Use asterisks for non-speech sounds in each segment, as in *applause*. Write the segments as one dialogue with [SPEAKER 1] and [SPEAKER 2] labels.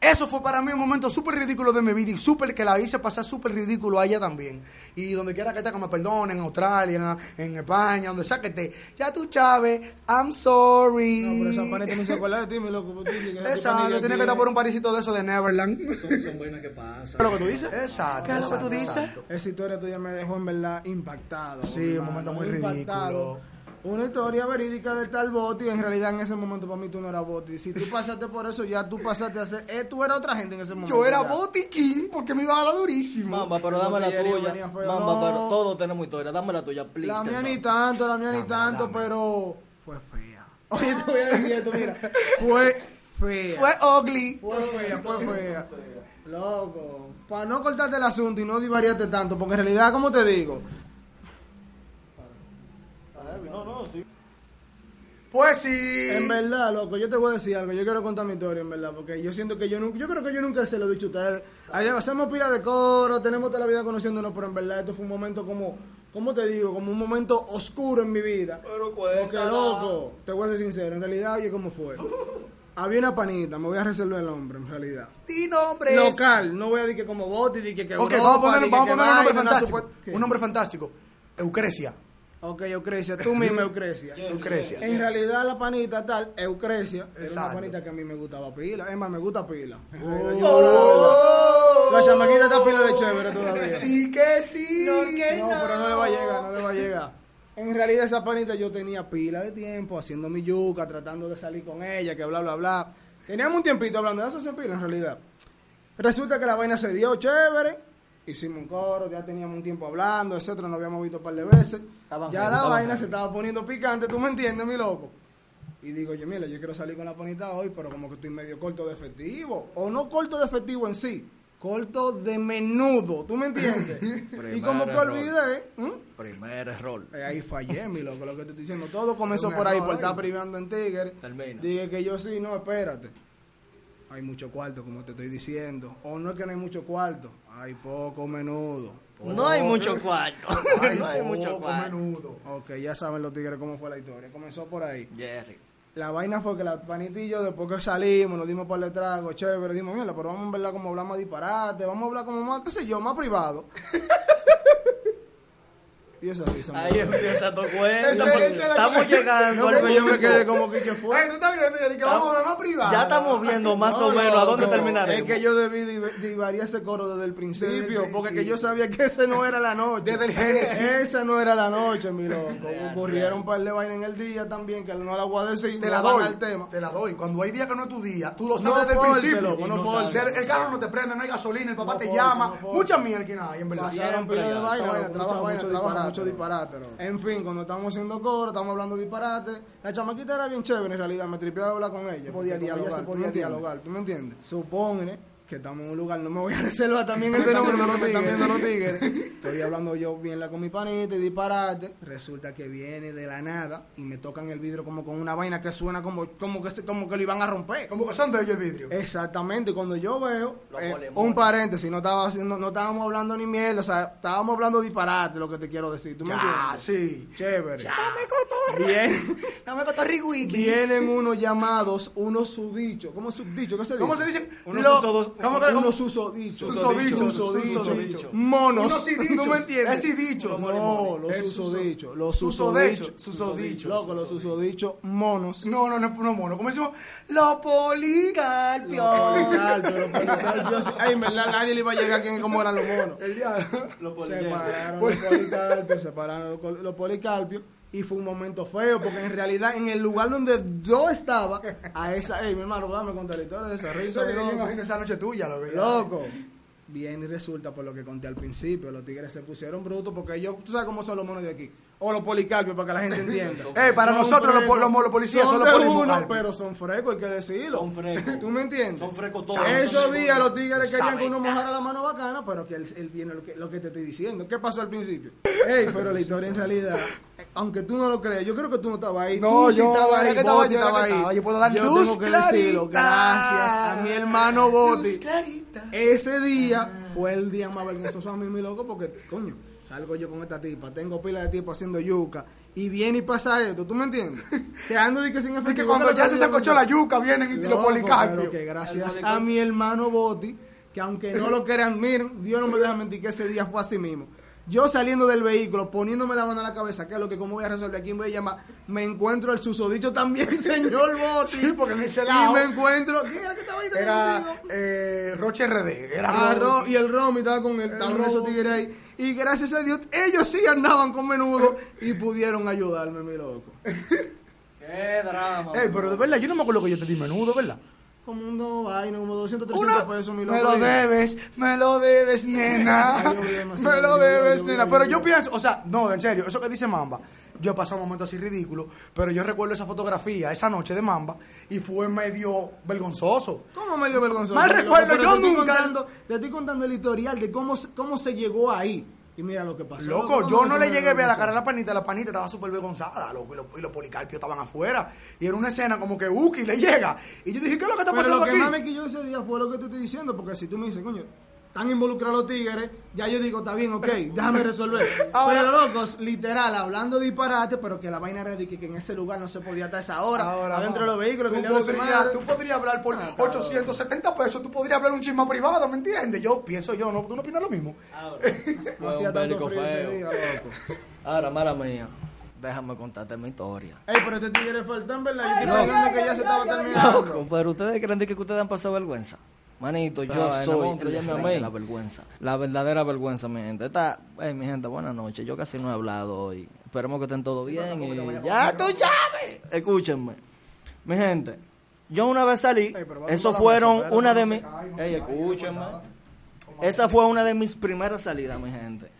[SPEAKER 1] Eso fue para mí un momento súper ridículo de mi vida y súper que la hice pasar súper ridículo a ella también. Y donde quiera que esté, que me perdonen, en Australia, en España, donde sea que esté. Ya tú, Chávez, I'm sorry.
[SPEAKER 2] No, pero esa panita ni se acuerda de ti, mi loco.
[SPEAKER 1] *laughs*
[SPEAKER 2] Tú dices que esa
[SPEAKER 1] Exacto,
[SPEAKER 2] panita
[SPEAKER 1] yo tenía que
[SPEAKER 2] aquí
[SPEAKER 1] estar por un parisito de eso de Neverland.
[SPEAKER 3] Son, son vainas que pasan.
[SPEAKER 1] ¿Qué es lo que tú dices? Exacto. ¿Qué es lo que tú dices?
[SPEAKER 2] Esa historia tuya me dejó en verdad impactado.
[SPEAKER 1] Sí,
[SPEAKER 2] mi
[SPEAKER 1] un momento
[SPEAKER 2] hermano,
[SPEAKER 1] muy ridículo.
[SPEAKER 2] Una historia verídica del tal Boti, en realidad en ese momento para mí tú no eras Boti. Si tú pasaste por eso, ya tú pasaste a ser... eh, tú eras otra gente en ese momento.
[SPEAKER 1] Yo era
[SPEAKER 2] ya.
[SPEAKER 1] botiquín porque me iba a dar durísimo.
[SPEAKER 4] Mamba, pero dame la
[SPEAKER 2] Botillería,
[SPEAKER 4] tuya.
[SPEAKER 2] venía feo.
[SPEAKER 4] Mamba,
[SPEAKER 2] No.
[SPEAKER 4] pero todos tenemos historia. Dame la tuya, please.
[SPEAKER 2] La mía
[SPEAKER 4] hermano.
[SPEAKER 2] ni tanto, la mía ni tanto, pero fue fea. *laughs* Oye, te voy a decir esto,
[SPEAKER 1] *laughs*
[SPEAKER 2] mira. Fue fea.
[SPEAKER 1] Fue ugly.
[SPEAKER 2] Fue fea, fue fea. Loco, para no cortarte el asunto y no divariarte tanto, porque en realidad, como te digo,
[SPEAKER 1] Pues sí.
[SPEAKER 2] en verdad, loco, yo te voy a decir algo, yo quiero contar mi historia, en verdad, porque yo siento que yo nunca, yo creo que yo nunca se lo he dicho a ustedes. Allá hacemos pila de coro, tenemos toda la vida conociéndonos, pero en verdad esto fue un momento como, ¿cómo te digo? Como un momento oscuro en mi vida.
[SPEAKER 4] Pero
[SPEAKER 2] Porque,
[SPEAKER 4] cuéntala.
[SPEAKER 2] loco, te voy a ser sincero, en realidad, oye, ¿cómo
[SPEAKER 1] *laughs*
[SPEAKER 2] fue? Había una panita, me voy a reservar el nombre, en realidad.
[SPEAKER 1] Di nombre.
[SPEAKER 2] Local, no voy a decir que como Boti, di que que
[SPEAKER 1] Ok,
[SPEAKER 2] Europa,
[SPEAKER 1] vamos a poner,
[SPEAKER 2] di que
[SPEAKER 1] vamos a
[SPEAKER 2] que
[SPEAKER 1] poner un nombre
[SPEAKER 2] vaina,
[SPEAKER 1] fantástico.
[SPEAKER 2] supu- ¿Qué?
[SPEAKER 1] Un nombre fantástico. Eucrecia.
[SPEAKER 2] Ok, Eucrecia, tú misma *laughs* Eucrecia.
[SPEAKER 1] Eucrecia.
[SPEAKER 2] En realidad la panita tal, Eucrecia, era
[SPEAKER 1] Exacto.
[SPEAKER 2] una panita que a mí me gustaba pila. Es más, me gusta pila. En realidad, yo digo la verdad. La chamaquita está pila de chévere todavía.
[SPEAKER 1] Sí que sí. No,
[SPEAKER 2] No, pero no le va a llegar, no le va a llegar. En realidad esa panita yo tenía pila de tiempo haciendo mi yuca, tratando de salir con ella, que bla, bla, bla. Teníamos un tiempito hablando de eso, se pila en realidad. Resulta que la vaina se dio chévere, hicimos un coro, ya teníamos un tiempo hablando, etcétera, nos habíamos visto un par de veces.
[SPEAKER 4] Estaban juntos,
[SPEAKER 2] ya la
[SPEAKER 4] estaban
[SPEAKER 2] vaina se
[SPEAKER 4] juntos.
[SPEAKER 2] estaba poniendo picante, tú me entiendes, mi loco. Y digo yo, mira, yo quiero salir con la panita hoy, pero como que estoy medio corto de efectivo. O no corto de efectivo en sí, corto de menudo, ¿tú
[SPEAKER 4] *laughs*
[SPEAKER 2] me entiendes? y como que
[SPEAKER 4] error.
[SPEAKER 2] olvidé, ¿m?
[SPEAKER 4] Primer error.
[SPEAKER 2] Eh,
[SPEAKER 1] *laughs*
[SPEAKER 2] ahí fallé, mi loco, lo que te estoy diciendo. Todo comenzó
[SPEAKER 1] Un
[SPEAKER 2] por ahí,
[SPEAKER 1] error, ¿eh?
[SPEAKER 2] por estar
[SPEAKER 1] ¿oíste?
[SPEAKER 2] privando en Tigre.
[SPEAKER 4] Termina.
[SPEAKER 2] Dije que yo sí, no, espérate. Hay mucho cuarto, como te estoy diciendo. O no es que no hay mucho cuarto, hay poco menudo.
[SPEAKER 4] No hay mucho cuarto. *laughs* no hay mucho cuarto.
[SPEAKER 1] menudo.
[SPEAKER 2] Ok, ya saben los tigres cómo fue la historia. Comenzó por ahí.
[SPEAKER 4] Jerry.
[SPEAKER 2] La vaina fue que la panita y yo, después que salimos, nos dimos par de tragos, chévere, dimos, mierda, pero vamos a verla como hablar más disparate, vamos a hablar como más, qué sé yo, más privado. *laughs* y esa risa,
[SPEAKER 4] Ahí
[SPEAKER 2] mano.
[SPEAKER 4] empieza tu cuento.
[SPEAKER 1] Ese-
[SPEAKER 4] porque
[SPEAKER 1] ese era-
[SPEAKER 4] Estamos llegando
[SPEAKER 2] No,
[SPEAKER 4] al
[SPEAKER 2] porque yo me
[SPEAKER 4] punto.
[SPEAKER 2] quedé como que, ¿qué fue?
[SPEAKER 1] Ay, tú estás viendo, yo dije que vamos a hablar más privado.
[SPEAKER 4] Ya estamos viendo más o menos a dónde terminaremos.
[SPEAKER 2] Es que yo debí div- divariar ese coro desde el principio, porque que yo sabía que ese no era la noche.
[SPEAKER 1] Desde el génesis.
[SPEAKER 2] Esa no era la noche, mi loco. Ocurrieron un par de vainas en el día también, que no la voy a decir,
[SPEAKER 1] Te
[SPEAKER 2] no
[SPEAKER 1] la
[SPEAKER 2] van
[SPEAKER 1] doy.
[SPEAKER 2] al tema.
[SPEAKER 1] Te la doy. Cuando hay día que no es tu día, tú lo
[SPEAKER 2] No
[SPEAKER 1] sabes desde el
[SPEAKER 2] force,
[SPEAKER 1] principio.
[SPEAKER 2] loco, no
[SPEAKER 1] Y
[SPEAKER 2] force.
[SPEAKER 1] sabes. El carro no te prende, no hay gasolina, el papá
[SPEAKER 2] No
[SPEAKER 1] te
[SPEAKER 2] force,
[SPEAKER 1] llama.
[SPEAKER 2] no force.
[SPEAKER 1] Mucha mierda que hay, en verdad.
[SPEAKER 2] Pasaron pila de
[SPEAKER 4] Trabajo,
[SPEAKER 2] vaina,
[SPEAKER 1] vaina,
[SPEAKER 2] loco,
[SPEAKER 1] trabajo,
[SPEAKER 2] mucho, mucho
[SPEAKER 1] mucho
[SPEAKER 2] disparate,
[SPEAKER 1] disparate,
[SPEAKER 2] mucho disparate, loco. En fin, cuando estábamos haciendo coro, estábamos hablando disparate, la chamaquita era bien chévere en realidad, me tripeaba hablar con
[SPEAKER 1] podía
[SPEAKER 2] ella. porque con ella
[SPEAKER 1] dialogar,
[SPEAKER 2] se
[SPEAKER 1] ¿tú
[SPEAKER 2] podía
[SPEAKER 1] me entiendes?
[SPEAKER 2] dialogar, ¿tú me entiendes? Supone que estamos en un lugar, no me voy a *laughs* reservar también ese nombre, no me están viendo los *laughs* tigres. Estoy hablando yo bien la con mi panita y disparate, resulta que viene de la nada y me tocan el vidrio como con una vaina que suena como, como, que, se- como que lo iban a romper.
[SPEAKER 1] Como que son de ellos el vidrio.
[SPEAKER 2] Exactamente, y cuando yo veo,
[SPEAKER 4] Los
[SPEAKER 2] eh,
[SPEAKER 4] golemones.
[SPEAKER 2] un paréntesis, no, estaba, haciendo- no estábamos hablando ni mierda, o sea, estábamos hablando disparate, lo que te quiero decir, ¿tú me
[SPEAKER 1] Ya,
[SPEAKER 2] entiendes?
[SPEAKER 1] sí.
[SPEAKER 2] Chévere.
[SPEAKER 1] Dame cotorra.
[SPEAKER 2] Bien-
[SPEAKER 1] *laughs* Dame cotorri wiki.
[SPEAKER 2] vienen unos llamados, unos subdichos, ¿cómo es subdicho? ¿Qué se dice?
[SPEAKER 1] ¿Cómo se dicen?
[SPEAKER 4] Unos
[SPEAKER 1] Lo-
[SPEAKER 4] susodos-
[SPEAKER 1] ¿Cómo que-
[SPEAKER 2] Unos susodichos.
[SPEAKER 1] Susodichos,
[SPEAKER 2] Susodichos.
[SPEAKER 1] susodichos.
[SPEAKER 2] Monos.
[SPEAKER 1] Unos sidichos.
[SPEAKER 2] ¿Tú me entiendes?
[SPEAKER 1] Es sidichos.
[SPEAKER 2] No, los
[SPEAKER 1] Es suso-
[SPEAKER 2] susodichos. Los
[SPEAKER 1] susodichos,
[SPEAKER 2] susodichos.
[SPEAKER 1] susodichos,
[SPEAKER 2] Loco, los susodichos monos.
[SPEAKER 1] No, no, no, no, mono. ¿Cómo decimos? Los policarpios.
[SPEAKER 2] Legal, pero, pero, yo sí- ay, en verdad, nadie le iba a llegar a quién cómo eran los monos.
[SPEAKER 1] El Pues, diablo.
[SPEAKER 4] Lo
[SPEAKER 2] se
[SPEAKER 4] policarpio.
[SPEAKER 2] pararon los policarpios, se pararon los, col- los policarpios y fue un momento feo porque en realidad en el lugar donde yo estaba a esa, ey, mi hermano, dame contar la historia de esa risa,
[SPEAKER 1] Eso que yo
[SPEAKER 2] loco.
[SPEAKER 1] imagino esa noche tuya, lo que
[SPEAKER 2] Loco. Bien y resulta por lo que conté al principio, los tigres se pusieron brutos porque ellos, tú sabes cómo son los monos de aquí. O los policarpios para que la gente entienda.
[SPEAKER 1] Eh, para
[SPEAKER 2] Son
[SPEAKER 1] nosotros los
[SPEAKER 2] frescos.
[SPEAKER 1] po- los- los policías son los
[SPEAKER 2] de
[SPEAKER 1] policarpios.
[SPEAKER 2] uno, pero son frescos, hay que decirlo.
[SPEAKER 4] Son frescos.
[SPEAKER 2] ¿Tú me entiendes?
[SPEAKER 4] Son frescos todos.
[SPEAKER 2] Esos
[SPEAKER 4] Son
[SPEAKER 2] días los
[SPEAKER 1] Tú
[SPEAKER 2] tigres querían que
[SPEAKER 1] sabes.
[SPEAKER 2] uno mojara la mano bacana, pero que él, él viene lo que, lo que te estoy diciendo. ¿Qué pasó al principio? Ey, pero la historia en realidad, eh, aunque tú no lo creas, yo creo que tú no estabas ahí.
[SPEAKER 1] No,
[SPEAKER 2] tú sí
[SPEAKER 1] yo,
[SPEAKER 2] estabas
[SPEAKER 1] era
[SPEAKER 2] ahí,
[SPEAKER 1] que estaba
[SPEAKER 2] Boti
[SPEAKER 1] yo, era que
[SPEAKER 2] estaba
[SPEAKER 1] estaba.
[SPEAKER 2] ahí.
[SPEAKER 1] Yo puedo dar
[SPEAKER 2] Yo
[SPEAKER 1] luz
[SPEAKER 2] tengo que decirlo. Gracias
[SPEAKER 1] clarita.
[SPEAKER 2] a mi hermano Boti.
[SPEAKER 1] Luz clarita.
[SPEAKER 2] Ese día fue el día más vergonzoso a mí, mi loco, porque, coño, salgo yo con esta tipa, tengo pila de tiempo haciendo yuca, y viene y pasa esto, ¿tú
[SPEAKER 1] *laughs*
[SPEAKER 2] me entiendes? Que ando de que sin
[SPEAKER 1] Y que
[SPEAKER 2] efectivo,
[SPEAKER 1] cuando
[SPEAKER 2] pero
[SPEAKER 1] ya
[SPEAKER 2] que
[SPEAKER 1] se
[SPEAKER 2] yo-
[SPEAKER 1] sacochó la yuca, vienen y te lo
[SPEAKER 2] Loco,
[SPEAKER 1] policarpio.
[SPEAKER 2] pero que gracias a mi hermano Boti, que aunque no lo crean, miren, Dios no me deja mentir que ese día fue así mismo. Yo saliendo del vehículo, poniéndome la mano en la cabeza, que es lo que cómo voy a resolver, a quién voy a llamar, me encuentro el susodicho también, *laughs* señor Boti.
[SPEAKER 1] Sí, porque en ese
[SPEAKER 2] Y
[SPEAKER 1] lado-
[SPEAKER 2] me encuentro, ¿quién era que estaba ahí?
[SPEAKER 1] Era
[SPEAKER 2] contigo?
[SPEAKER 1] eh, Roche RD. Era
[SPEAKER 2] Ah,
[SPEAKER 1] Roche.
[SPEAKER 2] Ro- y el Romy estaba con el estaban
[SPEAKER 1] Romy.
[SPEAKER 2] esos tigres ahí. Y gracias a Dios, ellos sí andaban con menudo y pudieron ayudarme, mi loco.
[SPEAKER 4] Qué drama.
[SPEAKER 1] Ey, pero de verdad, yo no me acuerdo que yo te di menudo, ¿verdad?
[SPEAKER 2] Como un dos vaina, como 200, 300
[SPEAKER 1] Una,
[SPEAKER 2] pesos, mi loco.
[SPEAKER 1] me lo
[SPEAKER 2] Y-
[SPEAKER 1] debes, me lo debes,
[SPEAKER 2] Ya
[SPEAKER 1] nena.
[SPEAKER 2] yo vi demasiado,
[SPEAKER 1] *laughs* Me lo
[SPEAKER 2] yo vi, yo
[SPEAKER 1] debes,
[SPEAKER 2] vi,
[SPEAKER 1] nena.
[SPEAKER 2] yo
[SPEAKER 1] Pero
[SPEAKER 2] vi.
[SPEAKER 1] yo pienso, o sea, no, en serio, eso que dice Mamba, yo he pasado un momento así ridículo, pero yo recuerdo esa fotografía, esa noche de Mamba, y fue medio vergonzoso.
[SPEAKER 2] ¿Cómo medio vergonzoso?
[SPEAKER 1] Mal
[SPEAKER 2] Pero,
[SPEAKER 1] recuerdo,
[SPEAKER 2] pero
[SPEAKER 1] yo
[SPEAKER 2] te estoy
[SPEAKER 1] nunca-
[SPEAKER 2] contando- te estoy contando el historial de cómo, se- cómo se llegó ahí. Y mira lo que pasó.
[SPEAKER 1] Loco,
[SPEAKER 2] ¿Cómo
[SPEAKER 1] yo
[SPEAKER 2] que
[SPEAKER 1] no
[SPEAKER 2] se
[SPEAKER 1] le
[SPEAKER 2] me
[SPEAKER 1] llegué a ver la
[SPEAKER 2] vergonzoso?
[SPEAKER 1] cara a la panita, la panita estaba súper vergonzada, loco, y los, y los policarpios estaban afuera. Y era una escena como que Uki le llega. Y yo dije, ¿qué es lo que está
[SPEAKER 2] Pero
[SPEAKER 1] pasando
[SPEAKER 2] lo que
[SPEAKER 1] aquí?
[SPEAKER 2] más me quilló ese día fue lo que te estoy diciendo, porque si tú me dices, coño, están involucrados los tigres, ya yo digo, está bien, ok, déjame
[SPEAKER 4] *laughs*
[SPEAKER 2] resolver.
[SPEAKER 1] Ahora-
[SPEAKER 2] pero locos, literal, hablando disparate, pero que la vaina era de que, que en ese lugar no se podía estar a esa hora, adentro de los vehículos,
[SPEAKER 1] tú
[SPEAKER 2] que le hablen a su
[SPEAKER 1] podrías,
[SPEAKER 2] madre.
[SPEAKER 1] tú podrías hablar por
[SPEAKER 2] Ah, cabrón.
[SPEAKER 1] 870 pesos, tú podrías hablar un chisme privado, ¿me entiendes? Yo pienso yo, ¿no? ¿Tú no opinas lo mismo?
[SPEAKER 2] No
[SPEAKER 4] Fue
[SPEAKER 2] hacía
[SPEAKER 4] un
[SPEAKER 2] tanto
[SPEAKER 4] bélico
[SPEAKER 2] frío ese
[SPEAKER 4] feo.
[SPEAKER 2] día, loco.
[SPEAKER 4] Ahora, mala mía, déjame contarte mi historia.
[SPEAKER 2] Ey, pero este tigre faltó en verdad, yo
[SPEAKER 4] no.
[SPEAKER 2] estaba pensando que ya se estaba terminando.
[SPEAKER 4] Loco, pero ustedes creen de que ustedes han pasado vergüenza. Manito, yo soy créeme a mí, la vergüenza. La verdadera vergüenza, mi gente. Está, eh, mi gente, buenas noches. Yo casi no he hablado hoy. Esperemos que estén todo bien. y ya tú llames. Escúchenme. Mi gente, yo una vez salí,
[SPEAKER 1] Ey, pero va a tumbar
[SPEAKER 4] eso
[SPEAKER 1] la
[SPEAKER 4] fueron
[SPEAKER 1] mesa,
[SPEAKER 4] una
[SPEAKER 1] no
[SPEAKER 4] de
[SPEAKER 1] se
[SPEAKER 4] mis.
[SPEAKER 1] cae, no se
[SPEAKER 4] Ey,
[SPEAKER 1] cae,
[SPEAKER 4] escúchenme.
[SPEAKER 1] forzada.
[SPEAKER 4] Esa fue una de mis primeras salidas, mi gente.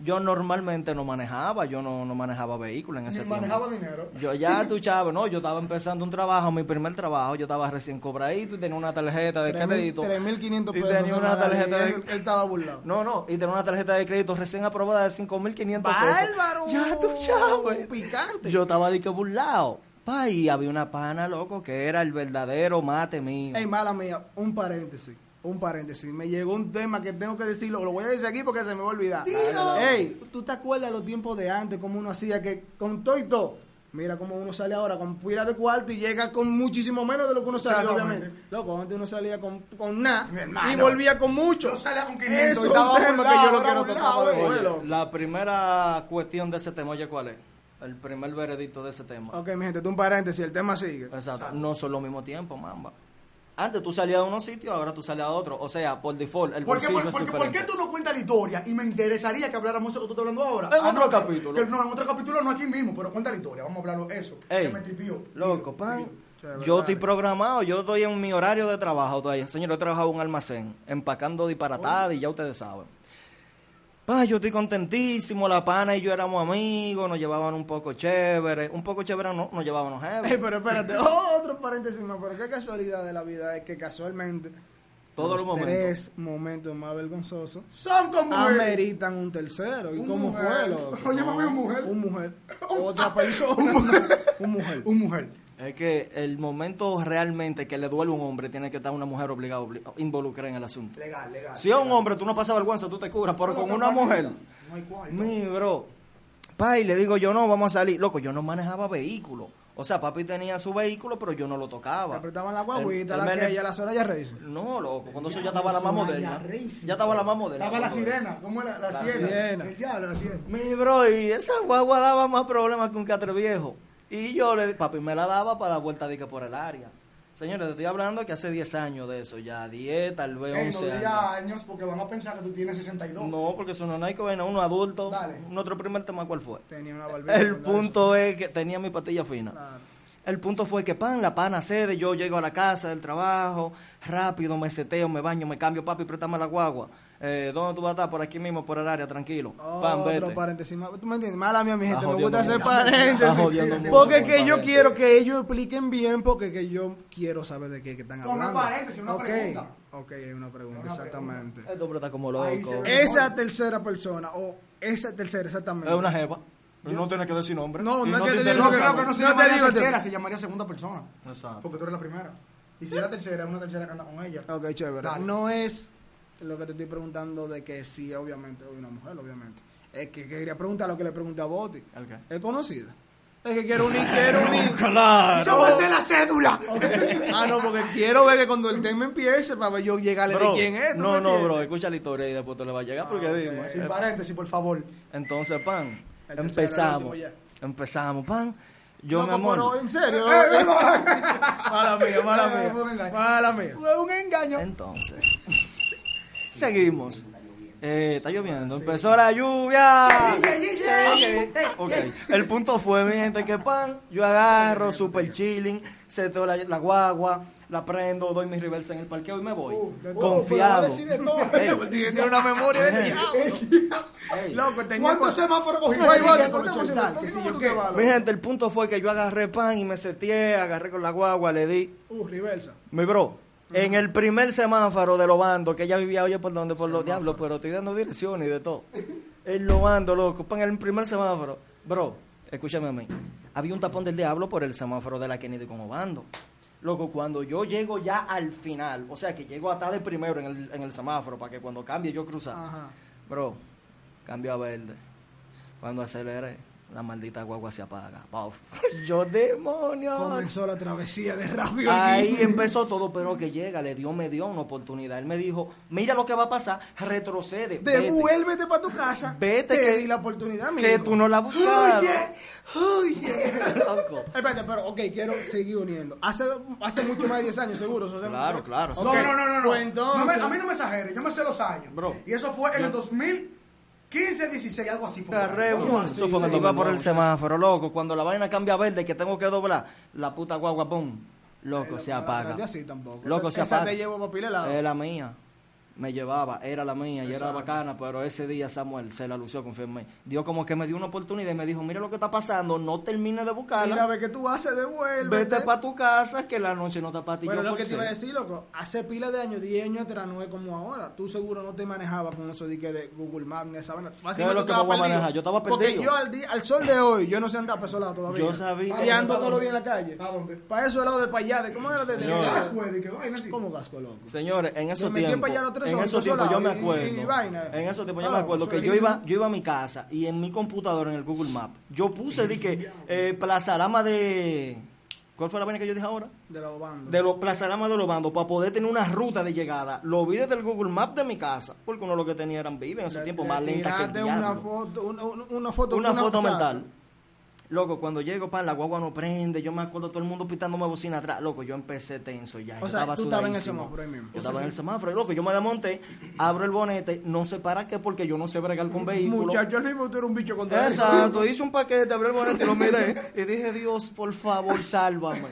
[SPEAKER 4] Yo normalmente no manejaba, yo no, no manejaba vehículo en ese
[SPEAKER 1] Ni
[SPEAKER 4] tiempo.
[SPEAKER 1] manejaba dinero.
[SPEAKER 4] Yo ya, tú chavo, no, yo estaba empezando un trabajo, mi primer trabajo, yo estaba recién cobradito y tenía una tarjeta de crédito.
[SPEAKER 2] 3.500
[SPEAKER 4] Y
[SPEAKER 2] pesos.
[SPEAKER 4] tenía una
[SPEAKER 2] semanales,
[SPEAKER 4] tarjeta
[SPEAKER 2] y
[SPEAKER 4] de-
[SPEAKER 2] él, él estaba burlado.
[SPEAKER 4] No, no, y tenía una tarjeta de crédito recién aprobada de 5.500 pesos.
[SPEAKER 2] ¡Bárbaro!
[SPEAKER 4] Ya, tú chavo.
[SPEAKER 2] Picante.
[SPEAKER 4] Yo estaba de que burlado. Pa, y había una pana, loco, que era el verdadero mate mío.
[SPEAKER 2] Ey, mala mía, un paréntesis. Un paréntesis. Me llegó un tema que tengo que decirlo. Lo voy a decir aquí porque se me va a olvidar. Ey, ¿tú te acuerdas los tiempos de antes? Como uno hacía que con todo y todo. Mira cómo uno sale ahora con pila de cuarto y llega con muchísimo menos de lo que uno salía,
[SPEAKER 1] Exactamente.
[SPEAKER 2] obviamente. Loco, antes uno salía con, con nada
[SPEAKER 1] Mi hermano.
[SPEAKER 2] y volvía con
[SPEAKER 1] *laughs*
[SPEAKER 2] mucho.
[SPEAKER 1] Yo salía con 500 y
[SPEAKER 2] Eso es un
[SPEAKER 1] estaba
[SPEAKER 2] tema
[SPEAKER 1] burlado,
[SPEAKER 2] que yo lo
[SPEAKER 1] era burlado,
[SPEAKER 2] quiero tocar para
[SPEAKER 1] eh.
[SPEAKER 2] después,
[SPEAKER 4] Oye,
[SPEAKER 2] loco.
[SPEAKER 4] la primera cuestión de ese tema, oye, ¿cuál es? El primer veredicto de ese tema.
[SPEAKER 2] Ok, mi gente, tú un paréntesis. El tema sigue.
[SPEAKER 4] Exacto. No son los mismos tiempos, mamba. Antes tú salías de unos sitios, ahora tú salías de otro. O sea, por default, el
[SPEAKER 1] ¿Por qué,
[SPEAKER 4] bolsillo
[SPEAKER 1] por-
[SPEAKER 4] es
[SPEAKER 1] porque- ¿Por
[SPEAKER 4] diferente.
[SPEAKER 1] qué tú no cuentas la historia? Y me interesaría que habláramos eso que tú estás hablando ahora. Ah,
[SPEAKER 4] En otro
[SPEAKER 1] no,
[SPEAKER 4] capítulo.
[SPEAKER 1] que- no, en otro capítulo no aquí mismo, pero cuenta la historia. Vamos a hablarlo eso.
[SPEAKER 4] Ey,
[SPEAKER 1] que me tripió.
[SPEAKER 4] loco, pan.
[SPEAKER 2] Chévere,
[SPEAKER 4] Yo estoy
[SPEAKER 2] dale.
[SPEAKER 4] programado, yo estoy en mi horario de trabajo todavía. Señor, yo he trabajado en un almacén, empacando disparatadas y ya ustedes saben. Pa, yo estoy contentísimo, la pana y yo éramos amigos, nos llevaban un poco chévere. Un poco chévere no, nos llevábamos
[SPEAKER 2] Ey,
[SPEAKER 4] heavy.
[SPEAKER 2] pero
[SPEAKER 4] *laughs*
[SPEAKER 2] espérate, otro paréntesis más, pero qué casualidad de la vida es que casualmente
[SPEAKER 4] Todos los momentos.
[SPEAKER 2] tres momentos más vergonzosos
[SPEAKER 1] Son como...
[SPEAKER 2] Ah, ameritan un tercero. ¿Y
[SPEAKER 1] Un
[SPEAKER 2] cómo
[SPEAKER 1] mujer.
[SPEAKER 2] fue? loco?
[SPEAKER 1] *laughs* Oye, mami, un mujer.
[SPEAKER 2] Un mujer. Otra persona.
[SPEAKER 1] *laughs*
[SPEAKER 2] *laughs*
[SPEAKER 1] Un mujer.
[SPEAKER 2] Un mujer.
[SPEAKER 1] Un mujer.
[SPEAKER 4] Es que el momento realmente que le duele a un hombre tiene que estar una mujer obligada, obli- involucrada en el asunto.
[SPEAKER 1] Legal, legal.
[SPEAKER 4] Si a un hombre tú no pasas vergüenza, tú te curas, pero con una mujer.
[SPEAKER 1] No hay cual.
[SPEAKER 4] Mi bro. Pa, y le digo yo no, vamos a salir. Loco, yo no manejaba vehículo. O sea, papi tenía su vehículo, pero yo no lo
[SPEAKER 2] Le
[SPEAKER 4] tocaba.
[SPEAKER 2] apretaban la
[SPEAKER 4] El-
[SPEAKER 2] guaguita,
[SPEAKER 4] el
[SPEAKER 2] la
[SPEAKER 4] mele-
[SPEAKER 2] que ella, la Soraya Reyes.
[SPEAKER 4] No, loco, cuando eso ya estaba la más moderna. Ya estaba la más moderna.
[SPEAKER 1] Estaba la
[SPEAKER 4] cuando eso.
[SPEAKER 1] sirena. ¿Cómo era? La,
[SPEAKER 4] La
[SPEAKER 1] sirena.
[SPEAKER 2] sirena.
[SPEAKER 1] El diablo, la sirena.
[SPEAKER 4] Mi bro, y esa guagua daba más problemas que un catre viejo. Y yo le, papi, me la daba para dar vuelta de que por el área. Señores, te estoy hablando que hace 10 años de eso, ya 10, tal vez
[SPEAKER 1] Ey, no
[SPEAKER 4] 11
[SPEAKER 1] digas
[SPEAKER 4] años.
[SPEAKER 1] años porque van a pensar que tú tienes 62.
[SPEAKER 4] No, porque eso no no hay que ver, no, uno adulto.
[SPEAKER 1] Dale.
[SPEAKER 4] Nuestro primer tema, ¿cuál fue?
[SPEAKER 2] Tenía una barbilla.
[SPEAKER 4] El
[SPEAKER 2] con
[SPEAKER 4] punto es que tenía mi patilla fina.
[SPEAKER 2] Claro.
[SPEAKER 4] El punto fue que pan, la pana cede, yo llego a la casa del trabajo, rápido, me seteo, me baño, me cambio, papi, préstame la guagua. Eh, ¿Dónde tú vas a estar? Por aquí mismo, por el área, tranquilo. pan, vete.
[SPEAKER 2] Oh, Otro paréntesis más. ¿Tú me entiendes? Mala mía, mi gente. Me
[SPEAKER 4] jodiendo
[SPEAKER 2] gusta hacer
[SPEAKER 4] mucho.
[SPEAKER 2] paréntesis.
[SPEAKER 4] Está jodiendo mucho
[SPEAKER 2] Porque
[SPEAKER 4] con
[SPEAKER 2] que yo
[SPEAKER 4] paréntesis.
[SPEAKER 2] quiero que ellos expliquen bien, porque que yo quiero saber de qué que están
[SPEAKER 1] No, no es
[SPEAKER 2] hablando.
[SPEAKER 1] paréntesis, una
[SPEAKER 2] Ok.
[SPEAKER 1] pregunta.
[SPEAKER 2] Ok, hay una pregunta, exactamente.
[SPEAKER 4] Este hombre está como
[SPEAKER 1] Ahí
[SPEAKER 4] loco.
[SPEAKER 1] se ve.
[SPEAKER 2] Esa tercera persona, o esa tercera, exactamente.
[SPEAKER 4] Es una jefa. No tienes que decir nombre.
[SPEAKER 2] No,
[SPEAKER 4] Y
[SPEAKER 2] no es que
[SPEAKER 4] te
[SPEAKER 2] te
[SPEAKER 4] interesa
[SPEAKER 1] No,
[SPEAKER 2] diga
[SPEAKER 1] creo
[SPEAKER 4] nombre.
[SPEAKER 1] que no se
[SPEAKER 2] No te
[SPEAKER 1] llamaría
[SPEAKER 2] digo, te-
[SPEAKER 1] tercera, se llamaría segunda persona.
[SPEAKER 4] Exacto.
[SPEAKER 1] Porque tú eres la primera. Y si era tercera, una tercera que anda con ella.
[SPEAKER 2] Ok, chévere.
[SPEAKER 1] Dale.
[SPEAKER 2] No es lo que te estoy preguntando de que sí, obviamente, hoy una mujer, obviamente. Es que quería preguntar lo que le pregunté a Boti.
[SPEAKER 4] ¿El qué?
[SPEAKER 2] Es conocida. Es que
[SPEAKER 4] *laughs*
[SPEAKER 2] quiero unir, quiero unir.
[SPEAKER 1] Yo
[SPEAKER 4] Claro.
[SPEAKER 1] me sé la cédula.
[SPEAKER 2] ah, no, porque quiero ver que cuando el tema empiece, para ver yo llegarle
[SPEAKER 4] Bro,
[SPEAKER 2] de quién es. este? Ah, ¿tú
[SPEAKER 4] no,
[SPEAKER 2] me
[SPEAKER 4] no,
[SPEAKER 2] entiendes?
[SPEAKER 4] bro, escucha la historia y después te le va a llegar porque dime.
[SPEAKER 1] Sin
[SPEAKER 4] Eh,
[SPEAKER 1] paréntesis, por favor.
[SPEAKER 4] Entonces, pan,
[SPEAKER 2] El tercero, el último
[SPEAKER 4] empezamos.
[SPEAKER 2] ya.
[SPEAKER 4] Empezamos, pan. Yo,
[SPEAKER 2] No,
[SPEAKER 4] mi
[SPEAKER 2] como
[SPEAKER 4] amor. Eh,
[SPEAKER 2] no, en serio. mala mía,
[SPEAKER 1] *laughs*
[SPEAKER 2] mala
[SPEAKER 1] Eh,
[SPEAKER 2] mía.
[SPEAKER 1] fue un engaño.
[SPEAKER 2] Mala mía.
[SPEAKER 1] Fue un engaño.
[SPEAKER 4] Entonces, *laughs* seguimos. Eh, está lloviendo, empezó la lluvia. Ok, el punto fue, mi gente, que pan, yo agarro, super chilling, seteo la, la guagua, la prendo, doy mi reversa en el parqueo y me voy.
[SPEAKER 2] Uh, de todo,
[SPEAKER 4] Confiado.
[SPEAKER 2] pero *laughs* va a decir de todo.
[SPEAKER 4] Ey,
[SPEAKER 2] pues, Tiene una memoria del
[SPEAKER 4] ey.
[SPEAKER 2] Loco, tenía
[SPEAKER 1] Eh, ¿Cuántos
[SPEAKER 2] por-
[SPEAKER 1] semáforos cogiste?
[SPEAKER 2] Guay, guay,
[SPEAKER 1] ¿Por qué
[SPEAKER 2] por
[SPEAKER 1] no
[SPEAKER 2] chortar,
[SPEAKER 1] te- por
[SPEAKER 2] que
[SPEAKER 1] qué
[SPEAKER 2] si
[SPEAKER 1] no
[SPEAKER 2] yo
[SPEAKER 1] tú
[SPEAKER 2] qué.
[SPEAKER 1] te vas?
[SPEAKER 4] Mi gente, el punto fue que yo agarré pan y me seteé, agarré con la guagua, le di.
[SPEAKER 2] Uh, reversa.
[SPEAKER 4] Mi bro, en el primer semáforo de Lobando, que ella vivía, oye, por donde, por los diablos, pero estoy dando direcciones y de todo. El Lobando, loco, pan, el primer semáforo. Bro, escúchame a mí. Había un tapón del diablo por el semáforo de la Kennedy con Lobando. Loco, cuando yo llego ya al final, o sea que llego hasta de primero en el, en el semáforo para que cuando cambie yo cruzar.
[SPEAKER 2] Ajá.
[SPEAKER 4] Bro, cambio a verde. Cuando aceleré, la maldita guagua se apaga. Paf. *laughs* Yo, demonios.
[SPEAKER 2] Comenzó la travesía de Rabio.
[SPEAKER 4] Ahí empezó todo, pero que llega, le dio, me dio una oportunidad. Él me dijo, mira lo que va a pasar, retrocede. Vete,
[SPEAKER 2] Devuélvete para tu casa.
[SPEAKER 4] Vete
[SPEAKER 2] Te
[SPEAKER 4] que-
[SPEAKER 2] di la oportunidad, mi
[SPEAKER 4] que
[SPEAKER 2] hijo.
[SPEAKER 4] tú no la buscaste. *laughs* Loco.
[SPEAKER 2] Espérate, pero, ok, quiero seguir uniendo. Hace, mm, hace mucho más de 10 años, seguro. eso se-
[SPEAKER 4] Claro, claro.
[SPEAKER 2] Ok,
[SPEAKER 1] No, no, no, no. no.
[SPEAKER 2] pues entonces-
[SPEAKER 1] No me- a mí no me exageres, yo me sé los años.
[SPEAKER 4] Bro.
[SPEAKER 1] Y eso fue en el 2015, 16, algo así. fue.
[SPEAKER 4] Carreo. Eso fue cuando iba por el semáforo, loco. Cuando la vaina cambia a verde, que tengo que doblar, la puta guagua, pum.
[SPEAKER 2] Eh,
[SPEAKER 4] Loco, se apaga.
[SPEAKER 2] grande así tampoco.
[SPEAKER 4] Loco,
[SPEAKER 2] Esa-
[SPEAKER 4] se
[SPEAKER 2] esa
[SPEAKER 4] apaga. Eh.
[SPEAKER 2] te llevo pa' pila de lado.
[SPEAKER 4] Es la mía. Me llevaba, era la mía y era bacana, pero ese día Samuel se la lució, confía en mí. Dios como que me dio una oportunidad y me dijo, mira lo que está pasando, no termine de buscarla.
[SPEAKER 2] Mira, ve que tú haces, devuélvete.
[SPEAKER 4] Vete para tu casa que la noche no está para ti.
[SPEAKER 2] Bueno,
[SPEAKER 4] Yo
[SPEAKER 2] lo que te
[SPEAKER 4] forcé.
[SPEAKER 2] iba a decir, loco, hace pila de años, 10 años atrás, no es como ahora. Tú seguro no te manejabas con eso de, que de Google Maps ni esa vaina. Fácilmente
[SPEAKER 4] es lo
[SPEAKER 2] tú
[SPEAKER 4] que
[SPEAKER 2] estabas
[SPEAKER 4] voy a
[SPEAKER 2] perdido.
[SPEAKER 4] manejar? Yo estaba
[SPEAKER 2] Porque
[SPEAKER 4] perdido.
[SPEAKER 2] yo al, día- al sol de hoy, yo no sé andar para esos lados todavía.
[SPEAKER 4] Yo sabía.
[SPEAKER 2] Y ando
[SPEAKER 1] ¿Para
[SPEAKER 2] todos los días
[SPEAKER 1] dónde?
[SPEAKER 2] en la calle.
[SPEAKER 1] ¿Para dónde?
[SPEAKER 2] Para esos lados de para allá, de cómo era de, de
[SPEAKER 4] Señor.
[SPEAKER 2] Gasco.
[SPEAKER 1] Gasco, de que vaina así.
[SPEAKER 2] ¿Cómo casco, loco?
[SPEAKER 4] Señores, en esos
[SPEAKER 2] Me metí
[SPEAKER 4] tiempos,
[SPEAKER 2] para allá los tres
[SPEAKER 4] en
[SPEAKER 2] horas,
[SPEAKER 4] esos
[SPEAKER 2] tres
[SPEAKER 4] tiempos yo me
[SPEAKER 2] horas, y-
[SPEAKER 4] acuerdo,
[SPEAKER 2] y vaina.
[SPEAKER 4] en esos tiempos yo me
[SPEAKER 2] Claro,
[SPEAKER 4] acuerdo que
[SPEAKER 2] eso
[SPEAKER 4] yo
[SPEAKER 2] es
[SPEAKER 4] iba, yo iba a mi casa y en mi computadora, en el Google Map, yo puse di que eh, Plaza Lama de, ¿cuál fue la vaina que yo dije ahora?
[SPEAKER 2] De los bandos.
[SPEAKER 4] De los Plaza Lama de los Bandos para poder tener una ruta de llegada. Lo vi desde el Google Map de mi casa, porque uno lo que tenía eran vive en esos
[SPEAKER 2] Le-
[SPEAKER 4] tiempos
[SPEAKER 2] le
[SPEAKER 4] más lenta que el
[SPEAKER 2] tiraste una
[SPEAKER 4] diablo.
[SPEAKER 2] foto, una, una- una foto,
[SPEAKER 4] una, foto
[SPEAKER 2] o sea,
[SPEAKER 4] mental. Loco, cuando llego, pan, la guagua no prende. Yo me acuerdo todo el mundo pitándome bocina atrás. Loco, yo empecé tenso ya. yo
[SPEAKER 2] sea,
[SPEAKER 4] estaba
[SPEAKER 2] tú estabas en el
[SPEAKER 4] sudadísimo.
[SPEAKER 2] semáforo ahí mismo.
[SPEAKER 4] Yo estaba en el semáforo. Y loco, yo me desmonté, abro el bonete, no sé para qué, porque yo no sé bregar con vehículos.
[SPEAKER 2] Muchacho, al mismo tú eres un bicho con derecho.
[SPEAKER 4] Exacto, hice un paquete, abrí el bonete y lo miré. Y dije, Dios, por favor, sálvame.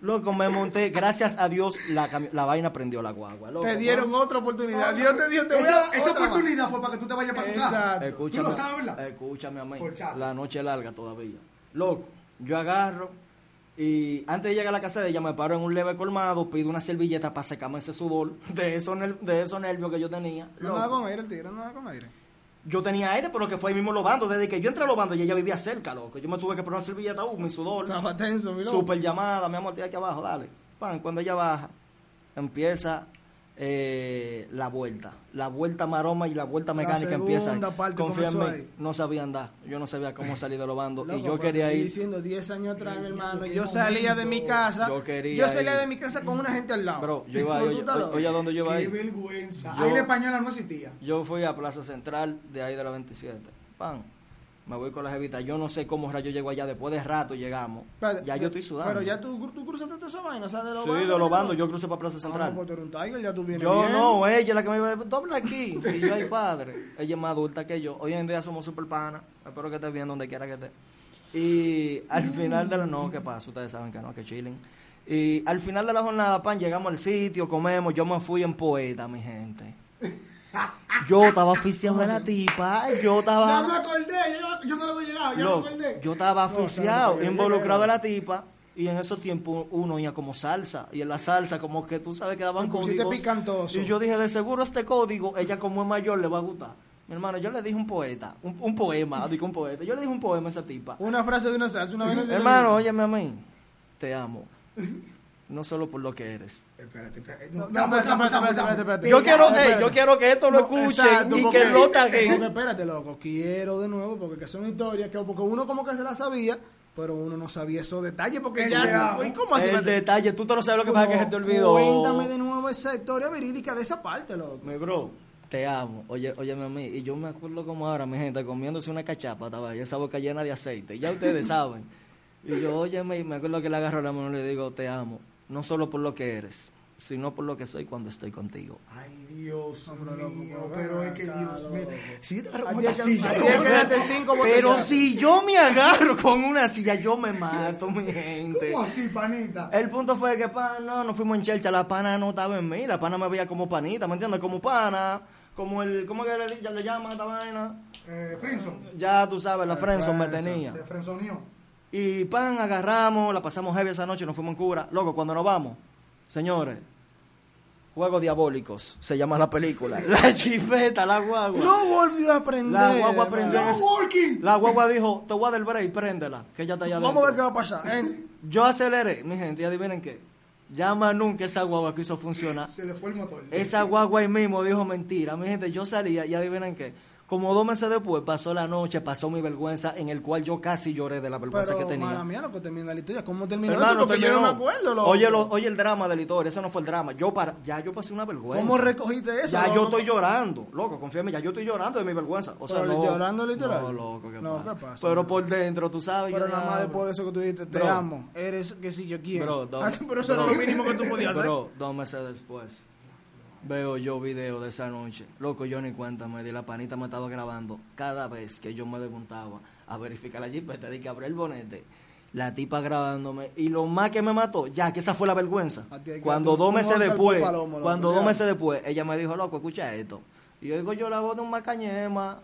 [SPEAKER 4] Loco, me monté. Gracias a Dios, la, cami- la vaina prendió la guagua. Loco,
[SPEAKER 2] Te dieron otra oportunidad. Dios te dio, te voy a
[SPEAKER 1] Esa,
[SPEAKER 2] dar
[SPEAKER 1] esa
[SPEAKER 2] otra más.
[SPEAKER 1] oportunidad fue para que tú te vayas para tu casa.
[SPEAKER 2] Exacto.
[SPEAKER 4] Escúchame,
[SPEAKER 1] Tú lo sabes, ¿verdad?
[SPEAKER 4] Escúchame a mí.
[SPEAKER 1] Por chat.
[SPEAKER 4] La noche es larga todavía. Loco, yo agarro y antes de llegar a la casa de ella me paro en un leve colmado, pido una servilleta para secarme ese sudor de esos, ner- de esos nervios que yo tenía.
[SPEAKER 2] No
[SPEAKER 4] Loco,
[SPEAKER 2] nada con aire, el tigre, no nada con aire.
[SPEAKER 4] yo tenía aire, pero que fue ahí mismo lobando. Desde que yo entré a lobando, y ella vivía cerca, loco. Yo me tuve que poner una servilleta, uh, mi sudor.
[SPEAKER 2] Estaba tenso, mi loco.
[SPEAKER 4] Super llamada, mi amor, tira aquí abajo, dale. Pan, cuando ella baja, empieza eh, la vuelta. La vuelta maroma y la vuelta mecánica empieza.
[SPEAKER 2] segunda parte
[SPEAKER 4] Confía en mí,
[SPEAKER 2] comenzó ahí.
[SPEAKER 4] no sabía andar. Yo no sabía cómo salir de los bandos.
[SPEAKER 2] Loco,
[SPEAKER 4] y yo
[SPEAKER 2] pero
[SPEAKER 4] quería
[SPEAKER 2] te estoy
[SPEAKER 4] ir.
[SPEAKER 2] diciendo 10 años atrás, mi hermano. Yo salía de mi casa.
[SPEAKER 4] Yo quería
[SPEAKER 2] yo salía
[SPEAKER 4] ir.
[SPEAKER 2] de mi casa con una gente al lado.
[SPEAKER 4] Bro, yo iba a
[SPEAKER 2] No, tú
[SPEAKER 4] ir.
[SPEAKER 2] estás loco.
[SPEAKER 4] Oye, ¿a dónde yo iba a
[SPEAKER 1] Qué
[SPEAKER 4] ir?
[SPEAKER 1] vergüenza.
[SPEAKER 4] Yo-
[SPEAKER 1] Aire española no existía.
[SPEAKER 4] Yo fui a Plaza Central de ahí de la 27. Pan, me voy con las evitas. Yo no sé cómo rayo llego allá. Después de rato llegamos.
[SPEAKER 2] Espérate,
[SPEAKER 4] ya yo estoy sudando.
[SPEAKER 2] Pero ya tú, tú cruzaste toda esa vaina, o sea, de los
[SPEAKER 4] Sí, de los bandos, yo crucé para Plaza
[SPEAKER 2] Ah,
[SPEAKER 4] Central.
[SPEAKER 2] no, pues tú eres un tiger, ya tú vienes
[SPEAKER 4] Yo
[SPEAKER 2] bien.
[SPEAKER 4] no, ella es la que me iba a decir, dobla aquí. Y yo, ay, padre. Ella es más adulta que yo. Hoy en día somos super panas. Espero que estés bien donde quiera que estés. Y al final de la... No, ¿qué pasa? Ustedes saben que no, que chillen. Y al final de la jornada, pan, llegamos al sitio, comemos. Yo me fui en poeta, mi gente. Yo estaba oficiando a la tipa.
[SPEAKER 1] Ya me
[SPEAKER 4] Yo
[SPEAKER 2] *laughs*
[SPEAKER 4] estaba...
[SPEAKER 1] acordé, yo, yo no lo voy a llegar, ya
[SPEAKER 4] ah. Loco,
[SPEAKER 1] me acordé.
[SPEAKER 4] yo estaba
[SPEAKER 2] No, o sea,
[SPEAKER 4] oficiado,
[SPEAKER 2] no, yo
[SPEAKER 4] involucrado
[SPEAKER 2] llegué,
[SPEAKER 4] a la tipa. Y en esos tiempos uno iba como salsa. Y en la salsa, como que tú sabes que daban
[SPEAKER 2] Te pusiste
[SPEAKER 4] códigos.
[SPEAKER 2] picantoso.
[SPEAKER 4] Y yo dije, de seguro este código, ella como es mayor, le va a gustar. Mi hermano, yo le dije un poeta, un, un poema, digo un poeta. Yo le dije un poema a esa tipa.
[SPEAKER 2] Una frase de una salsa, una vaina así.
[SPEAKER 4] Hermano, óyeme a mí. Te amo. no solo por lo que eres.
[SPEAKER 1] Espérate, espérate.
[SPEAKER 2] No, no, espérate, espérate, espérate, espérate.
[SPEAKER 4] Yo quiero,
[SPEAKER 2] Espérate.
[SPEAKER 4] ey, yo quiero que esto lo escuchen
[SPEAKER 2] exacto,
[SPEAKER 4] y
[SPEAKER 2] porque- eh,
[SPEAKER 4] que lo
[SPEAKER 2] Porque
[SPEAKER 4] taguen.
[SPEAKER 2] espérate, loco, quiero de nuevo, porque que son historias que porque uno como que se las sabía, pero uno no sabía esos detalles, porque ya...
[SPEAKER 1] llegamos.
[SPEAKER 2] ¿y ¿Cómo así?
[SPEAKER 4] El
[SPEAKER 2] Espérate.
[SPEAKER 4] detalle, tú te lo sabes lo que pasa que se te
[SPEAKER 2] No,
[SPEAKER 4] olvidó.
[SPEAKER 2] Cuéntame de nuevo esa historia verídica de esa parte, loco.
[SPEAKER 4] Mi bro, te amo. Oye, óyeme a mí. Y yo me acuerdo como ahora, mi gente, comiéndose una cachapa, estaba ahí, esa boca llena de aceite.
[SPEAKER 1] *laughs*
[SPEAKER 4] Ya ustedes saben. Y yo, óyeme, y me acuerdo que le agarro la mano y le digo, te amo. No solo por lo que eres, sino por lo que soy cuando estoy contigo.
[SPEAKER 1] Ay, Dios
[SPEAKER 2] Hombre, loco,
[SPEAKER 1] mío,
[SPEAKER 2] pero
[SPEAKER 1] pero
[SPEAKER 2] ven
[SPEAKER 1] es que
[SPEAKER 2] acá,
[SPEAKER 1] Dios mío.
[SPEAKER 2] loco.
[SPEAKER 1] Si yo te agarro
[SPEAKER 2] Ayer
[SPEAKER 1] una
[SPEAKER 2] que-
[SPEAKER 1] silla,
[SPEAKER 2] ayer
[SPEAKER 1] ¿cómo
[SPEAKER 2] que-
[SPEAKER 1] era?
[SPEAKER 2] quédate cinco
[SPEAKER 4] Pero
[SPEAKER 2] botellas.
[SPEAKER 4] si yo me agarro con una silla, yo me mato, mi gente.
[SPEAKER 1] ¿Cómo así, panita?
[SPEAKER 2] Eh,
[SPEAKER 4] El punto fue que, pana, no, nos fuimos en chelcha, la pana no estaba en mí, la pana me veía como panita, ¿me entiendes? Como pana, como el, ¿cómo que le, ya le llaman a esta vaina?
[SPEAKER 1] Eh, Frinson.
[SPEAKER 4] Ya tú sabes, la Frenson me tenía.
[SPEAKER 1] Se frenzonió.
[SPEAKER 4] Y pan, agarramos, la pasamos heavy esa noche, nos fuimos en cura. Loco, cuando nos vamos, señores, Juegos Diabólicos, se llama la película. *laughs* La chifeta, la guagua.
[SPEAKER 2] No volvió a aprender.
[SPEAKER 4] La guagua aprendió en
[SPEAKER 2] hermano.
[SPEAKER 4] ese-
[SPEAKER 1] working.
[SPEAKER 4] La guagua dijo, te voy a dar break, préndela, que ya está allá
[SPEAKER 2] Vamos a ver qué
[SPEAKER 4] adentro".
[SPEAKER 2] va a pasar. ¿eh?
[SPEAKER 4] Yo aceleré, mi gente, y adivinen qué. Ya más nunca esa guagua quiso funcionar.
[SPEAKER 1] Se le fue el motor.
[SPEAKER 2] Eh,
[SPEAKER 4] Esa guagua ahí mismo dijo mentira. Mi gente, yo salía y adivinen qué. Como dos meses después pasó la noche, pasó mi vergüenza, en el cual yo casi lloré de la vergüenza
[SPEAKER 2] Pero,
[SPEAKER 4] que tenía.
[SPEAKER 2] mala mía, loco, termina la historia. ¿Cómo terminó
[SPEAKER 4] Hermano,
[SPEAKER 2] eso? Porque yo no me
[SPEAKER 4] terminó.
[SPEAKER 2] acuerdo, loco.
[SPEAKER 4] Oye, lo- oye el drama de la historia, ese no fue el drama. Yo para, ya yo pasé una vergüenza.
[SPEAKER 2] ¿Cómo recogiste eso?
[SPEAKER 4] Ya
[SPEAKER 2] loco?
[SPEAKER 4] yo estoy llorando, loco, confíame, ya yo estoy llorando de mi vergüenza. O sea,
[SPEAKER 2] Pero
[SPEAKER 4] no,
[SPEAKER 2] llorando literal.
[SPEAKER 4] No, loco, ¿qué,
[SPEAKER 2] No,
[SPEAKER 4] pasa?
[SPEAKER 2] ¿qué pasa?
[SPEAKER 4] Pero por dentro, tú sabes.
[SPEAKER 2] Pero
[SPEAKER 4] yo
[SPEAKER 2] nada
[SPEAKER 4] ya-
[SPEAKER 2] más después de eso que tú dijiste, te
[SPEAKER 4] Bro.
[SPEAKER 2] amo, eres que si yo quiero.
[SPEAKER 4] Bro,
[SPEAKER 2] Ah,
[SPEAKER 4] dos-
[SPEAKER 2] *laughs* pero eso era
[SPEAKER 4] bro,
[SPEAKER 2] lo mínimo que tú podías hacer.
[SPEAKER 4] Bro, dos meses después, veo yo video de esa noche. Loco, yo ni cuenta me di. La panita me estaba grabando cada vez que yo me desmontaba a verificar la jipeta. Dije, abrí el bonete. La tipa grabándome. Y lo más que me mató, ya que esa fue la vergüenza.
[SPEAKER 2] A ti hay que
[SPEAKER 4] Cuando
[SPEAKER 2] darte un-
[SPEAKER 4] dos
[SPEAKER 2] un
[SPEAKER 4] meses
[SPEAKER 2] Oscar por
[SPEAKER 4] después,
[SPEAKER 2] Palomo, loco,
[SPEAKER 4] cuando
[SPEAKER 2] ya.
[SPEAKER 4] dos meses después, ella me dijo, loco, escucha esto. Y yo digo, yo la voz de un
[SPEAKER 2] *laughs*
[SPEAKER 4] macañema.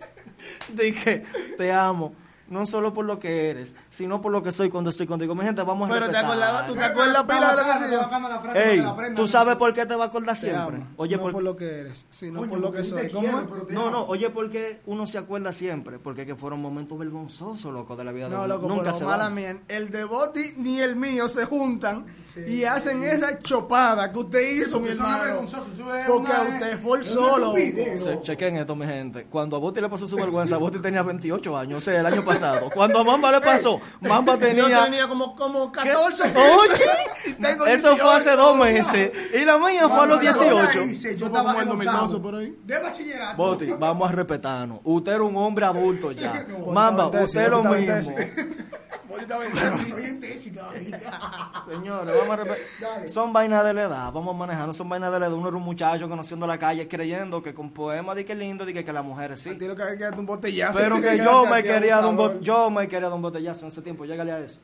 [SPEAKER 4] *laughs* Dije, te amo. No solo por lo que eres, sino por lo que soy cuando estoy contigo. Mi gente, vamos a
[SPEAKER 2] Pero te
[SPEAKER 4] respetar.
[SPEAKER 2] acordabas, tú te
[SPEAKER 1] Está
[SPEAKER 2] acuerdas pila de
[SPEAKER 1] bacana,
[SPEAKER 2] la
[SPEAKER 1] está
[SPEAKER 2] canción.
[SPEAKER 1] bacana la frase,
[SPEAKER 4] Ey,
[SPEAKER 1] no te la aprendas,
[SPEAKER 4] ¿tú
[SPEAKER 1] ¿no?
[SPEAKER 4] sabes por qué te va a acordar
[SPEAKER 2] Te
[SPEAKER 4] siempre?
[SPEAKER 2] amo.
[SPEAKER 4] Oye,
[SPEAKER 2] no
[SPEAKER 4] por-
[SPEAKER 2] por... lo que eres, sino
[SPEAKER 1] Coño,
[SPEAKER 2] por lo
[SPEAKER 1] porque
[SPEAKER 2] que
[SPEAKER 1] yo te
[SPEAKER 2] soy. ¿Cómo
[SPEAKER 1] quiero,
[SPEAKER 2] es?
[SPEAKER 1] pero te
[SPEAKER 4] No,
[SPEAKER 1] amo.
[SPEAKER 4] no, oye, porque uno se acuerda siempre, porque que fueron momentos vergonzosos, loco, de la vida de
[SPEAKER 2] No,
[SPEAKER 4] uno.
[SPEAKER 2] loco,
[SPEAKER 4] Nunca
[SPEAKER 2] pero
[SPEAKER 4] se
[SPEAKER 2] mala
[SPEAKER 4] van.
[SPEAKER 2] mía, el de Boti ni el mío se juntan y hacen esa chopada que usted hizo, mi
[SPEAKER 1] porque son
[SPEAKER 2] hermano.
[SPEAKER 1] vergonzosos, eso es
[SPEAKER 2] Porque
[SPEAKER 1] una- ¿eh?
[SPEAKER 2] a usted
[SPEAKER 1] es
[SPEAKER 2] forzó,
[SPEAKER 1] una
[SPEAKER 2] loco.
[SPEAKER 1] estupidez.
[SPEAKER 4] Se- chequen esto, mi gente. Cuando a Boti le pasó su vergüenza, Boti tenía 28 años, o sea, el año pasado. Cuando a Mamba le pasó, Mamba
[SPEAKER 2] *laughs* Yo
[SPEAKER 4] tenía...
[SPEAKER 2] tenía como, como
[SPEAKER 4] ¿Qué? Oh.
[SPEAKER 2] 14.
[SPEAKER 4] Oye,
[SPEAKER 2] Tengo
[SPEAKER 4] eso fue hace
[SPEAKER 2] 18.
[SPEAKER 4] dos meses. Y la mía fue a los
[SPEAKER 1] Cuando yo la
[SPEAKER 4] 18.
[SPEAKER 1] hice, Yo
[SPEAKER 2] Fue
[SPEAKER 1] estaba
[SPEAKER 2] como
[SPEAKER 1] en
[SPEAKER 2] el
[SPEAKER 1] octavo.
[SPEAKER 2] 2012 por ahí.
[SPEAKER 1] De bachillerato.
[SPEAKER 4] Boti, vamos a respetarnos. Usted era un hombre adulto ya.
[SPEAKER 2] Boti
[SPEAKER 4] Mamba,
[SPEAKER 2] estaba en
[SPEAKER 4] usted
[SPEAKER 2] tesis,
[SPEAKER 4] lo
[SPEAKER 2] Boti estaba en
[SPEAKER 4] mismo.
[SPEAKER 2] tesis.
[SPEAKER 1] Boti estaba en Estoy en tesis todavía.
[SPEAKER 4] Señores, vamos a repe-
[SPEAKER 1] Dale.
[SPEAKER 4] Son vainas de la edad, vamos manejando, son vainas de la edad. Uno era un muchacho conociendo la calle, creyendo que con poemas de que lindo, de que, que las mujeres sí.
[SPEAKER 2] Tiene que quedarte un botellazo.
[SPEAKER 4] Pero
[SPEAKER 2] *laughs*
[SPEAKER 4] que
[SPEAKER 2] Quédate
[SPEAKER 4] yo me
[SPEAKER 2] aquí,
[SPEAKER 4] quería dar un
[SPEAKER 2] abusador.
[SPEAKER 4] bot- yo me quería dar un botellazo en ese tiempo, llegale a eso.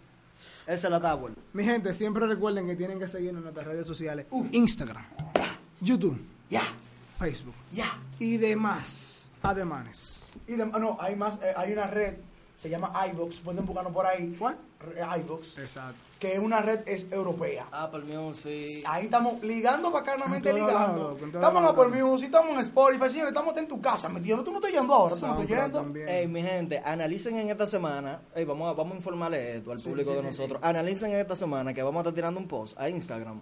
[SPEAKER 4] Esa es la tabla.
[SPEAKER 2] Mi gente, siempre recuerden que tienen que seguirnos en nuestras redes sociales. Instagram, YouTube,
[SPEAKER 1] Ya,
[SPEAKER 2] Facebook
[SPEAKER 1] ya.
[SPEAKER 2] y demás. Ademanes.
[SPEAKER 1] Y de- no, hay más, eh, hay una red, se llama iVox, pueden buscarnos por ahí.
[SPEAKER 2] ¿Cuál?
[SPEAKER 1] Re- iVox,
[SPEAKER 2] Exacto.
[SPEAKER 1] que es una red es europea.
[SPEAKER 4] Apple Music.
[SPEAKER 1] Ahí estamos ligando bacanamente,
[SPEAKER 2] En todo
[SPEAKER 1] ligando.
[SPEAKER 2] lado, en todo
[SPEAKER 1] estamos en
[SPEAKER 2] lado.
[SPEAKER 1] Apple Music, estamos en Spotify, señores, estamos en tu casa, metido. Tú no estás yendo ahora, tú no estás
[SPEAKER 2] SoundCloud
[SPEAKER 1] yendo.
[SPEAKER 2] también.
[SPEAKER 4] Ey, mi gente, analicen en esta semana, ey, vamos, a, vamos a informarle esto al público de nosotros. Analicen en esta semana que vamos a estar tirando un post a Instagram.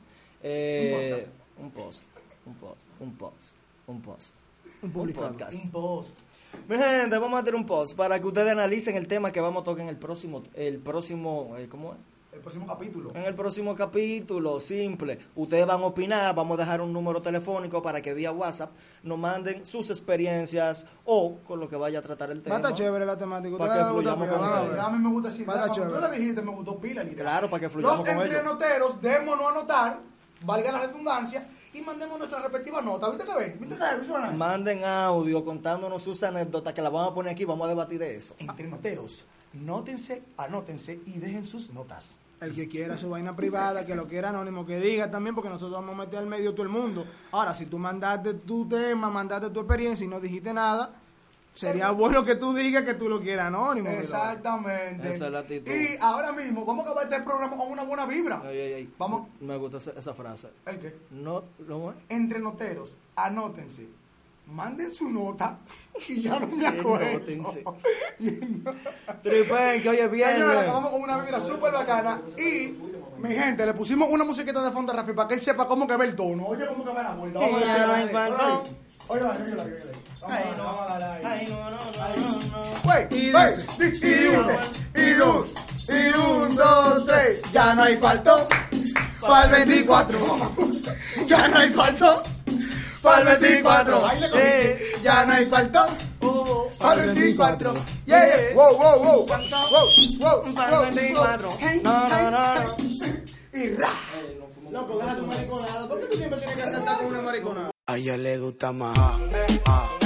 [SPEAKER 4] Eh, un post, un post, un post, un post. Un, podcast.
[SPEAKER 1] Un post.
[SPEAKER 4] Mi gente, vamos a hacer un post para que ustedes analicen el tema que vamos a tocar en el próximo, el próximo, eh, ¿cómo es?
[SPEAKER 1] El próximo capítulo.
[SPEAKER 4] En el próximo capítulo, simple. Ustedes van a opinar, vamos a dejar un número telefónico para que vía WhatsApp nos manden sus experiencias o con lo que vaya a tratar el
[SPEAKER 2] Va a
[SPEAKER 4] tema.
[SPEAKER 2] estar chévere la temática.
[SPEAKER 4] Para
[SPEAKER 2] Ustedes
[SPEAKER 4] que
[SPEAKER 2] les gusta
[SPEAKER 4] fluyamos
[SPEAKER 2] pila,
[SPEAKER 4] con
[SPEAKER 2] van a
[SPEAKER 4] ustedes.
[SPEAKER 2] ver.
[SPEAKER 1] A mí me gusta así.
[SPEAKER 2] Para
[SPEAKER 1] Cuando
[SPEAKER 2] chévere.
[SPEAKER 1] tú la dijiste, me gustó pila. literal.
[SPEAKER 4] Claro, para que fluyamos
[SPEAKER 1] Los
[SPEAKER 4] con ellos.
[SPEAKER 1] entrenoteros, démonos a anotar, valga la redundancia, y mandemos nuestras respectivas notas. ¿Viste que ven? ¿Viste que ven? Suena eso.
[SPEAKER 4] Manden audio contándonos sus anécdotas que las vamos a poner aquí, vamos a debatir de eso.
[SPEAKER 1] Entrenoteros, nótense, anótense y dejen sus notas.
[SPEAKER 2] El que quiera su vaina privada, que lo quiera anónimo, que diga también, porque nosotros vamos a meter al medio todo el mundo. Ahora, si tú mandaste tu tema, mandaste tu experiencia y no dijiste nada, sería bueno que tú digas que tú lo quieras anónimo. mi loco.
[SPEAKER 1] Exactamente.
[SPEAKER 4] Esa es la actitud.
[SPEAKER 1] Y ahora mismo, vamos a acabar este programa con una buena vibra.
[SPEAKER 4] Ey, ey, ey.
[SPEAKER 1] Vamos.
[SPEAKER 4] Me gusta esa, esa frase.
[SPEAKER 1] ¿El qué?
[SPEAKER 4] No, ¿cómo es?
[SPEAKER 1] Entrenoteros, anótense. Manden su nota *laughs* y ya no me acuerdo.
[SPEAKER 4] Anótense.
[SPEAKER 1] *laughs* Y no-
[SPEAKER 4] Tripen, que hoy es viernes.
[SPEAKER 1] Señores, acabamos con una vibra súper bacana. Y, mi Mi gente, le pusimos una musiquita de fondo a Rafi para que él sepa cómo que ve el tono. Oye, cómo que ve la vuelta. Vamos a
[SPEAKER 4] Ella
[SPEAKER 1] decirle,
[SPEAKER 4] va
[SPEAKER 1] dale,
[SPEAKER 4] en balcón.
[SPEAKER 1] Oye, dale, oye, dale, oye, dale. Vamos a darle, vamos a darle ahí.
[SPEAKER 4] Ay, no, no, no, no, no.
[SPEAKER 1] Wey,
[SPEAKER 2] Y
[SPEAKER 1] wey,
[SPEAKER 2] dice,
[SPEAKER 1] dis- y dice, y luz, y un, dos, tres, ya no hay faltón, pa'l 24, *laughs* ya no hay faltón, pa'l 24, Baila conmigo.
[SPEAKER 4] Eh.
[SPEAKER 1] ya no hay faltón,
[SPEAKER 4] Oh,
[SPEAKER 1] pa'l 24, yeah, yeah, wow, wow, wow, wow, wow, wow,
[SPEAKER 4] Pa'l 24.
[SPEAKER 1] wow. Hey,
[SPEAKER 4] No, no, no,
[SPEAKER 1] hey,
[SPEAKER 4] no.
[SPEAKER 1] hey. Y ra.
[SPEAKER 2] Loco, deja tu mariconada. ¿Por qué tú siempre tienes que aceptar con una mariconada?
[SPEAKER 3] A ella le gusta más. ah, ah.